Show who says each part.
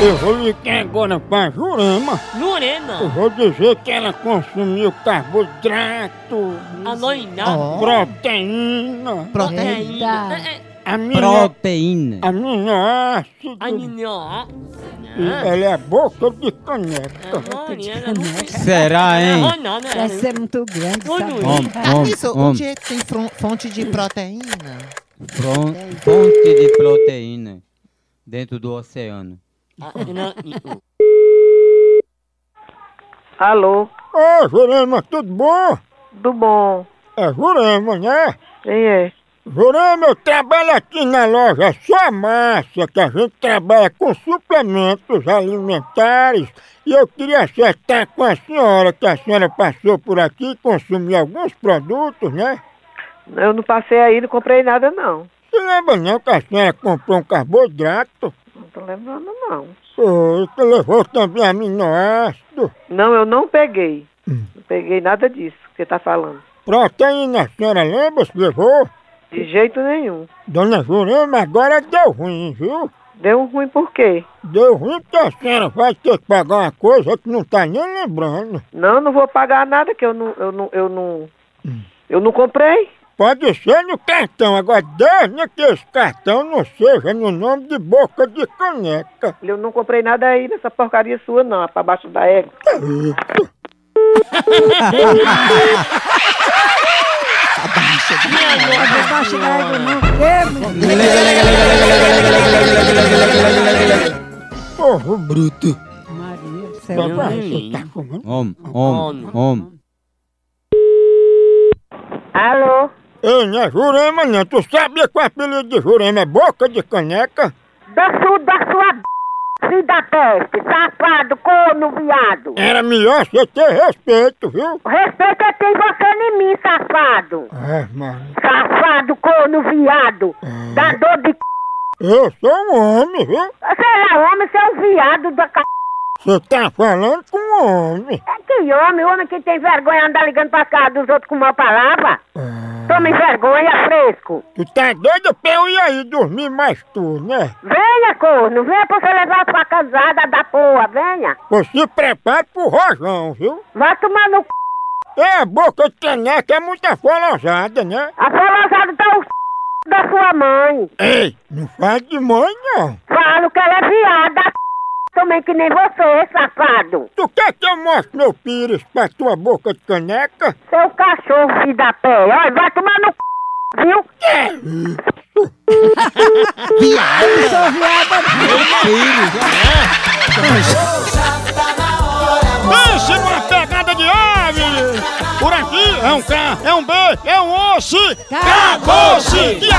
Speaker 1: Eu vou ligar agora pra Jurema. Eu
Speaker 2: Jurema,
Speaker 1: vou dizer que ela consumiu carboidrato,
Speaker 2: aloiná,
Speaker 1: proteína,
Speaker 2: proteína, é, é,
Speaker 1: amino,
Speaker 3: Proteína.
Speaker 1: aminoácido.
Speaker 2: aminó.
Speaker 1: E ela é a boca de caneca.
Speaker 3: Será, hein?
Speaker 4: Deve ser muito grande,
Speaker 2: Ô,
Speaker 4: sabe?
Speaker 2: Júlio.
Speaker 3: Homem, homem,
Speaker 5: Isso, onde
Speaker 3: homem.
Speaker 5: é que tem fron- fonte de proteína?
Speaker 3: Fron- Fonte de proteína dentro do oceano.
Speaker 6: Alô,
Speaker 1: Ô, Jurema, tudo bom?
Speaker 6: do bom.
Speaker 1: É Jurema, né?
Speaker 6: Quem é?
Speaker 1: Jurema, eu trabalho aqui na loja Só Massa, que a gente trabalha com suplementos alimentares. E eu queria acertar com a senhora, que a senhora passou por aqui e consumiu alguns produtos, né?
Speaker 6: Eu não passei aí, não comprei nada não.
Speaker 1: Se lembra não que a senhora comprou um carboidrato?
Speaker 6: Não tô lembrando não.
Speaker 1: Foi, que levou também aminoácido.
Speaker 6: Não, eu não peguei. Não peguei nada disso que você tá falando.
Speaker 1: Proteína, a senhora lembra se levou?
Speaker 6: De jeito nenhum.
Speaker 1: Dona Jurema, agora deu ruim, viu?
Speaker 6: Deu um ruim por quê?
Speaker 1: Deu ruim porque a senhora vai ter que pagar uma coisa que não tá nem lembrando.
Speaker 6: Não, não vou pagar nada que eu não, eu não, eu não, eu não comprei.
Speaker 1: Pode ser no cartão, agora desde que esse cartão não seja no nome de boca de caneca.
Speaker 6: Eu não comprei nada aí nessa porcaria sua não, É pra baixo da égua.
Speaker 4: Abaixo da água não, que, menino?
Speaker 1: Porro bruto.
Speaker 4: Maria, do céu.
Speaker 1: Papai, você tá comendo?
Speaker 3: Homem, homem, homem.
Speaker 6: Alô,
Speaker 1: Ei, não é Jurema não, tu sabia que o apelido de Jurema é boca de caneca?
Speaker 6: da sua, da sua b... da peste, safado, corno, viado.
Speaker 1: Era melhor você ter respeito, viu?
Speaker 6: Respeita tem você é em mim, safado.
Speaker 1: Ah, mano,
Speaker 6: Safado, corno, viado. Da dor de c...
Speaker 1: eu sou um homem, viu?
Speaker 6: Você é homem, você é um viado da c...
Speaker 1: Você tá falando com um homem.
Speaker 6: É que homem, homem que tem vergonha andar ligando pra casa dos outros com uma palavra. Tome vergonha, fresco.
Speaker 1: É. Tu tá doida pra eu ir aí dormir mais tu, né?
Speaker 6: Venha, corno, venha pra você levar sua casada da porra, venha.
Speaker 1: Pô, se prepare pro rojão, viu?
Speaker 6: Vai tomar no c...
Speaker 1: É, a boca de caneca é muita folosada, né?
Speaker 6: A folosada tá o c... da sua mãe.
Speaker 1: Ei, não faz de mãe, não.
Speaker 6: Falo que ela é viada, c... também que nem você, safado.
Speaker 1: Tu quer que eu mostre meu pires pra tua boca de caneca?
Speaker 6: Seu cachorro, filho da pé. Olha, vai tomar no c... viu?
Speaker 1: Pense numa pegada de ave! Por aqui é um K, é um B, é um osso! Acabou-se!